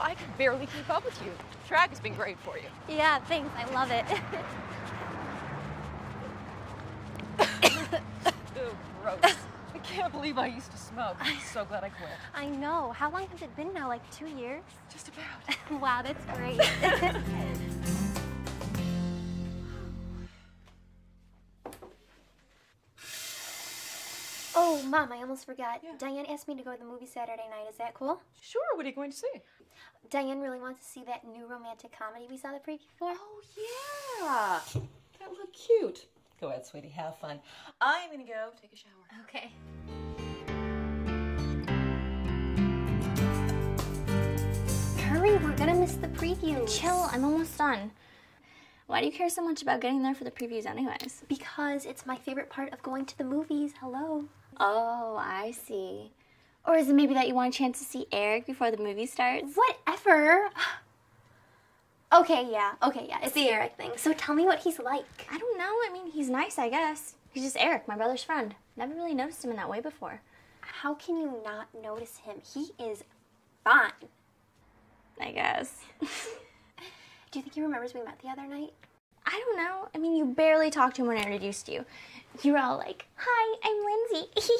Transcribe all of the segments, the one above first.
I can barely keep up with you. Track has been great for you. Yeah, thanks. I love it. Ew, gross. I can't believe I used to smoke. I'm so glad I quit. I know. How long has it been now? Like two years? Just about. Wow, that's great. oh, Mom, I almost forgot. Diane asked me to go to the movie Saturday night. Is that cool? Sure, what are you going to see? Diane really wants to see that new romantic comedy we saw the preview for. Oh, yeah. That looked cute. Go ahead, sweetie. Have fun. I'm going to go take a shower. Okay. Hurry, we're gonna miss the preview. Chill, I'm almost done. Why do you care so much about getting there for the previews, anyways? Because it's my favorite part of going to the movies. Hello. Oh, I see. Or is it maybe that you want a chance to see Eric before the movie starts? Whatever. Okay, yeah. Okay, yeah. It's the Eric thing. So tell me what he's like. I don't know. I mean, he's nice, I guess. He's just Eric, my brother's friend. Never really noticed him in that way before. How can you not notice him? He is fine. I guess. Do you think he remembers we met the other night? I don't know. I mean, you barely talked to him when I introduced you. You were all like, "Hi, I'm Lindsay."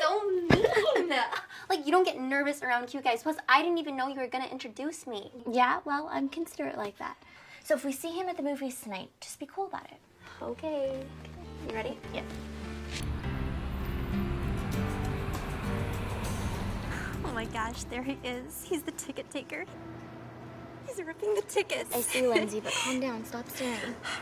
So mean. like you don't get nervous around cute guys. Plus, I didn't even know you were gonna introduce me. yeah, well, I'm considerate like that. So if we see him at the movies tonight, just be cool about it. Okay. You ready? Yep. Oh my gosh, there he is. He's the ticket taker. He's ripping the tickets. I see Lindsay, but calm down. Stop staring.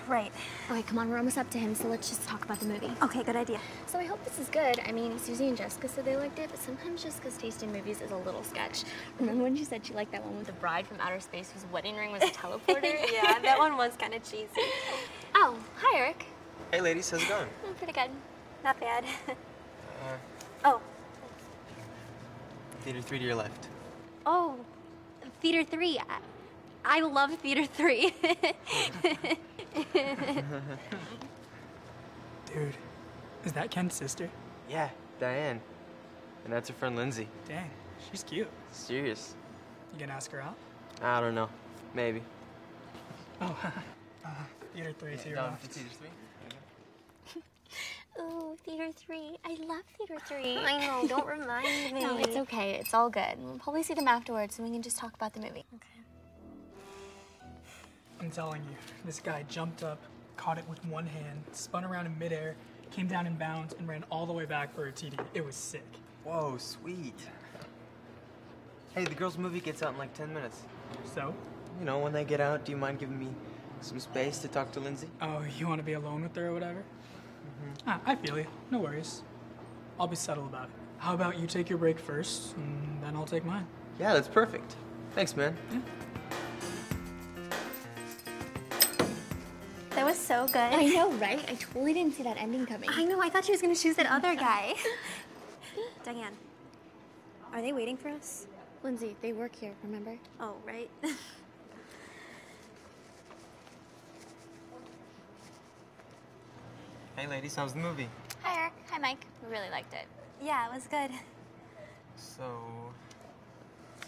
Right. Okay, come on. We're almost up to him, so let's just talk about the movie. Okay, good idea. So I hope this is good. I mean, Susie and Jessica said they liked it, but sometimes Jessica's taste in movies is a little sketch. Remember when she said she liked that one with the bride from outer space whose wedding ring was a teleporter? yeah, that one was kind of cheesy. Oh, hi, Eric. Hey, ladies, how's it going? I'm pretty good. Not bad. oh, Theater 3 to your left. oh, Theater 3. I, I love Theater 3. Dude, is that Ken's sister? Yeah, Diane. And that's her friend Lindsay. Dang, she's cute. Serious. You gonna ask her out? I don't know. Maybe. Oh, uh, theater three to your left. Ooh, Theater 3. I love Theater 3. I know, don't remind me. No, it's okay. It's all good. We'll probably see them afterwards, and we can just talk about the movie. I'm telling you, this guy jumped up, caught it with one hand, spun around in midair, came down in bounds, and ran all the way back for a TD. It was sick. Whoa, sweet. Hey, the girls' movie gets out in like 10 minutes. So? You know, when they get out, do you mind giving me some space to talk to Lindsay? Oh, you want to be alone with her or whatever? Ah, I feel you. No worries. I'll be subtle about it. How about you take your break first, and then I'll take mine. Yeah, that's perfect. Thanks, man. That was so good. I know, right? I totally didn't see that ending coming. I know, I thought she was gonna choose that other guy. Diane, are they waiting for us? Lindsay, they work here, remember? Oh, right. Hey, ladies, how's the movie? Hi, Eric. Hi, Mike. We really liked it. yeah, it was good. So.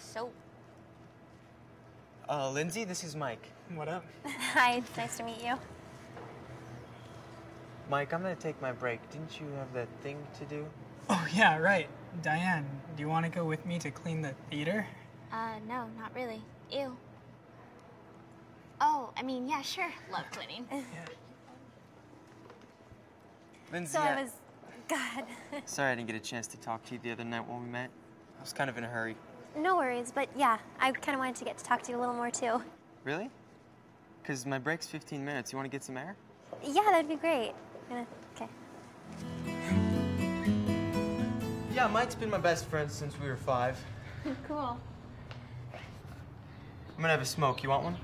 So Uh, Lindsay, this is Mike. What up? Hi, it's nice to meet you. Mike, I'm gonna take my break. Didn't you have that thing to do? Oh, yeah, right. Diane, do you want to go with me to clean the theater? Uh, no, not really. Ew. Oh, I mean, yeah, sure. Love cleaning. Lindsay, So I- I was. God. Sorry I didn't get a chance to talk to you the other night when we met. I was kind of in a hurry. No worries, but yeah, I kind of wanted to get to talk to you a little more too. Really? Because my break's 15 minutes. You want to get some air? Yeah, that'd be great. Gonna- Okay. Yeah, Mike's been my best friend since we were five. Cool. I'm gonna have a smoke. You want one?